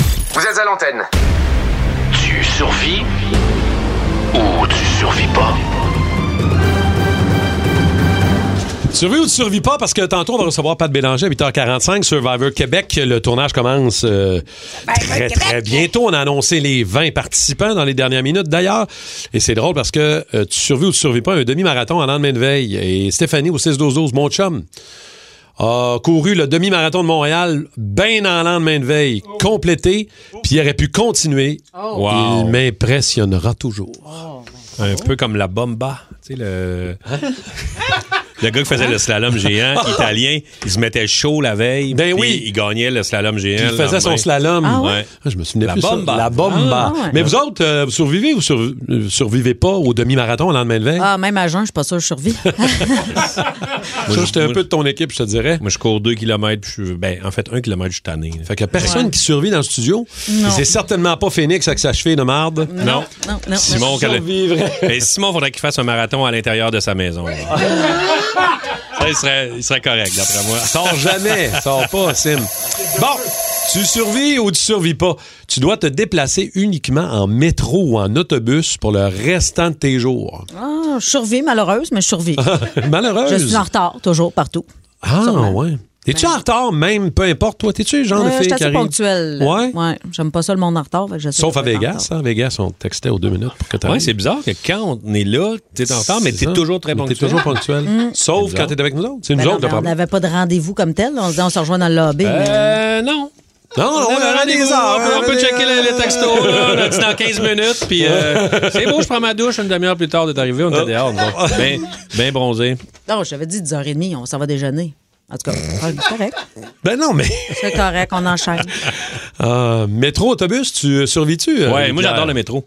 Vous êtes à l'antenne. Tu survis ou tu survis pas? Survis ou tu survis pas parce que tantôt on va recevoir Pat Bélanger à 8h45 Survivor Québec. Le tournage commence euh, très très bientôt. On a annoncé les 20 participants dans les dernières minutes d'ailleurs. Et c'est drôle parce que euh, tu survis ou tu survis pas un demi-marathon en lendemain de veille. Et Stéphanie au 6-12-12, mon chum, a couru le demi-marathon de Montréal bien en lendemain de veille, complété, puis il aurait pu continuer. Wow. Il m'impressionnera toujours. Un peu comme la bomba, tu sais, le... Le gars qui faisait le slalom géant italien, il se mettait chaud la veille. Ben puis oui. Il gagnait le slalom géant. Puis il le faisait son lendemain. slalom. Ah ouais? Ah, Je me souvenais La plus. ça. bomba. La bomba. Ah, ouais. Mais vous autres, euh, vous survivez ou sur- euh, survivez pas au demi-marathon le lendemain de veille? Ah, même à jeun, je suis pas sûr que je survis. Ça, Moi, je- j'étais un moi, peu de ton équipe, je te dirais. Moi, je cours 2 km, puis je suis- ben, en fait, 1 km, je suis tanné. là. Fait qu'il y a personne qui survit dans le studio. Non. Et C'est certainement pas Phoenix avec sa cheville de marde. Non. non, non. Simon, Je qu'elle- survivrai. Mais Simon, faudrait qu'il fasse un marathon à l'intérieur de sa maison. là. Ça, il serait, il serait correct, d'après moi. Sors jamais. Sors pas, Sim. Bon, tu survis ou tu survis pas. Tu dois te déplacer uniquement en métro ou en autobus pour le restant de tes jours. Ah, je survis, malheureuse, mais je survis. Ah, Malheureuse. Ah. je suis en retard, toujours, partout. Ah, Sûrement. ouais. T'es-tu en retard, même, peu importe, toi? T'es-tu le genre Euh, de je fille suis qui assez arrive? ponctuelle. Ouais? J'aime pas ça le monde en retard. fait que j'essaie Sauf de à pas être en Vegas, retard. hein? Vegas, on te textait aux deux minutes pour que t'arrives. Ouais, c'est bizarre que quand on est là, t'es en retard, mais C'est t'es ça. toujours très Mais ponctuel. T'es toujours ponctuel. Sauf C'est quand bizarre. t'es avec nous autres. C'est nous Mm. Ben non, autres le mais on problème. n'avait pas de rendez-vous comme tel. On se dit, on se rejoint dans le lobby. mais- Euh, non. Non, non, on a des heures. On peut- On peut checker le, le texto. Là. On a dit dans 15 minutes. Puis euh, c'est beau, je prends ma douche. Une demi-heure plus tard d'être arrivé, on était dehors. Bien ben bronzé. Non, j'avais dit 10h30, on s'en va déjeuner. En tout cas, c'est correct. Ben non, mais. C'est correct, on enchaîne. Euh, métro, autobus, tu euh, survis-tu? euh, Ouais, moi Pierre? j'adore le métro.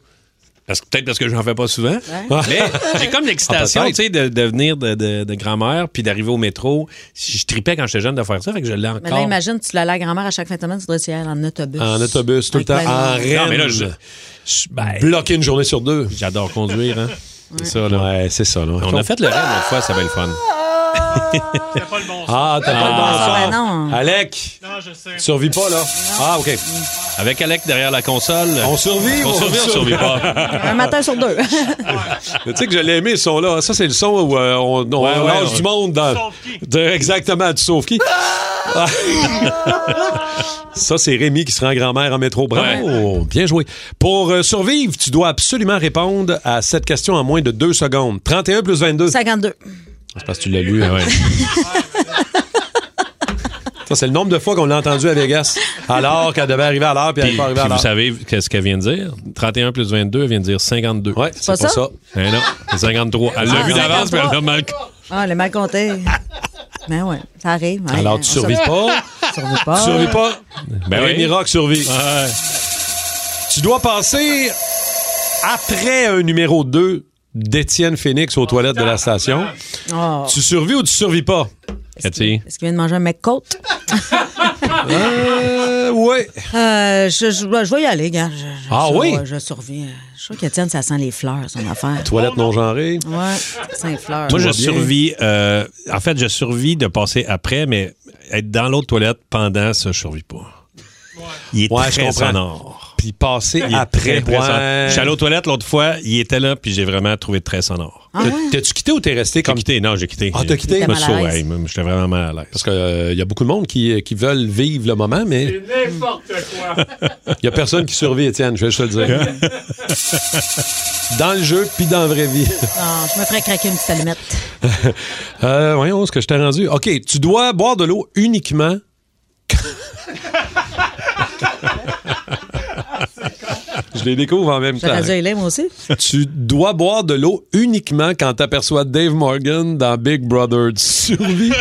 Parce que peut-être parce que j'en fais pas souvent. Mais j'ai comme l'excitation, Ah, tu peut-être. sais, de, de venir de, de- de grand-mère puis d'arriver au métro. Je je tripais quand j'étais jeune de faire ça, fait que je l'ai encore. Mais là, imagine, tu l'as la grand-mère à chaque fin de semaine, tu dois y aller en autobus. En autobus, tout le temps. Avec ma- En non, mais là, je, Rennes. je- ben, Bloquer une journée sur deux. j'adore conduire, hein. C'est ça, là. Ouais, c'est ça, là. On a fait le rêve une autre fois, ça va être le fun. Ah, t'as pas Ah, le bon sens. ben non. Alec, Non, je sais. tu survis pas, là? Ah, OK. Avec Alec derrière la console. On survit ou On survit, on survit pas. Un matin sur deux. Mais Tu sais que je l'ai aimé, ce son-là. Ça, c'est le son où euh, on, on Ouais, ouais, lâche ouais. du monde dans. Sauve-qui. de- exactement, du sauve qui. Ça, c'est Rémi qui se rend grand-mère en métro. Bravo! Bien joué. Pour euh, survivre, tu dois absolument répondre à cette question en moins de deux secondes. 31 plus 22. 52. C'est parce que tu l'as lu. hein. ah Ouais. Ça, c'est le nombre de fois qu'on l'a entendu à Vegas. Alors qu'elle devait arriver à l'heure, puis elle Puis, n'est pas arrivée puis à vous l'heure. savez qu'est-ce qu'elle vient de dire? 31 plus 22, elle vient de dire 52. Ouais, c'est pas, pas ça? ça. Eh non, c'est 53. Elle l'a Ah, vu d'avance, mais elle l'a mal. Ah, le mal compté. Ben ouais, ça arrive. ouais. Alors, tu On survis pas. survit- survis Tu pas. survis pas. Ah. Ben oui. Ah, Rémi Rock survit. Ouais. Tu dois passer après un numéro 2 d'Étienne Phoenix aux toilettes de la station. Oh. Tu survis ou tu survis pas? Cathy. Est-ce qu'il vient de manger un McCoat? Euh, ouais. Euh, je, je, je vais y aller, gars. Je- je- Ah je- oui? Je survis. Je suis sûr qu'Étienne, ça sent les fleurs, son affaire. Toilettes non genrées. Ouais, ça sent les fleurs. Moi, je va bien. survis. euh, en fait, je survis de passer après, mais être dans l'autre toilette pendant, ça, je survis pas. Il est Ouais, je très comprends. sonore. Puis passer Il est après. très, très sonore. ouais. Je suis allé aux toilettes l'autre fois, il était là, puis j'ai vraiment trouvé très sonore. Ah ouais? T'as-tu quitté ou t'es resté J'ai comme. quitté, non, j'ai quitté. Ah, t'as quitté? Je me T'étais mal à l'aise. suis- ouais, J'étais vraiment mal à l'aise. Parce qu'il y a beaucoup de monde qui, qui veulent vivre le moment, mais C'est n'importe quoi. il n'y a personne qui survit, Étienne, je vais juste te le dire. dans le jeu, puis dans la vraie vie. Non, je me ferais craquer une petite allumette. Euh, voyons ce que je t'ai rendu. OK, tu dois boire de l'eau uniquement. Je les découvre en même temps. J'aurais dû y aller, moi Euh, aussi. Tu dois boire de l'eau uniquement quand t'aperçois Dave Morgan dans Big Brother. Tu survis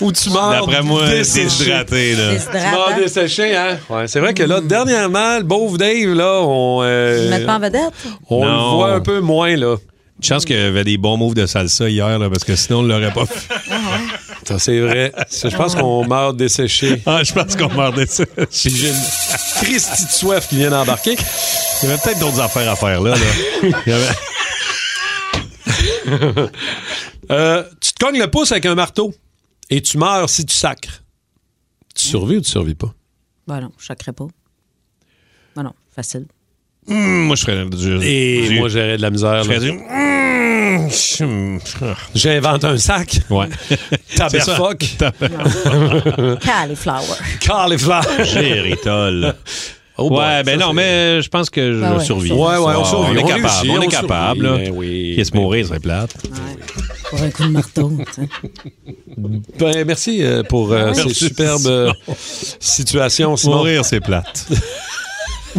ou tu meurs D'après moi, c'est desséché. hydraté, là. Tu meurs Déshydrate. desséché, hein? Ouais, c'est vrai que là, dernièrement, le pauvre Dave, là, on, euh, Ils mettent pas en vedette. on le Non. voit un peu moins, là. Une chance qu'il y avait des bons moves de salsa hier, là, parce que sinon, on ne l'aurait pas fait. Ça, c'est vrai. Ça, Je pense qu'on meurt desséché. Ah, je pense qu'on mordait ça. Puis j'ai une Christy de soif qui vient d'embarquer. Il y avait peut-être d'autres affaires à faire, là. là. Il y avait- Euh, tu te cognes le pouce avec un marteau et tu meurs si tu sacres. Tu survis ou tu survis pas? Ben non, je sacrais pas. Non, non, facile. Hum, moi, je ferais du. Et du- moi, j'aurais de la misère. je ferais là. du. Hum, Mmh, chum, ah, J'invente un sac. Ouais. Taberfoc. Ah, Cauliflower. Cauliflower. Géritol. Oh boy, ouais, ça, ben non, c'est- mais je pense que je Ben ouais, survis. Ouais, ouais, on survit, est on capable. réussit, on, on est capable. survit, là. ben oui. Qui se mourir, serait plate. Pour un coup de marteau. tu sais. Ben, merci euh, pour euh, ces Merci. superbes euh, situations. Simon. Mourir, c'est plate.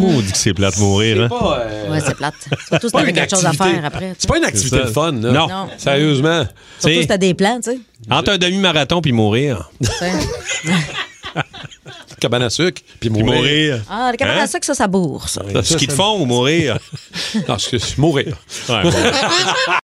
On dit que c'est plate mourir. Hein. Pas, euh, Ouais, c'est plate. Surtout si pas t'avais une quelque chose à activité. faire après. tu sais. C'est pas une activité ça. de fun, là. Non. Non. Sérieusement. Surtout t'sais. si t'as des plans, tu sais. hein. Entre un demi-marathon puis mourir. tu sais. Cabane à sucre. Puis Puis mourir. mourir. Ah, les camarades Hein? à sucre, ça, ça bourre, ça. Ce qu'ils te font ou mourir. Non, excuse, mourir. Ouais,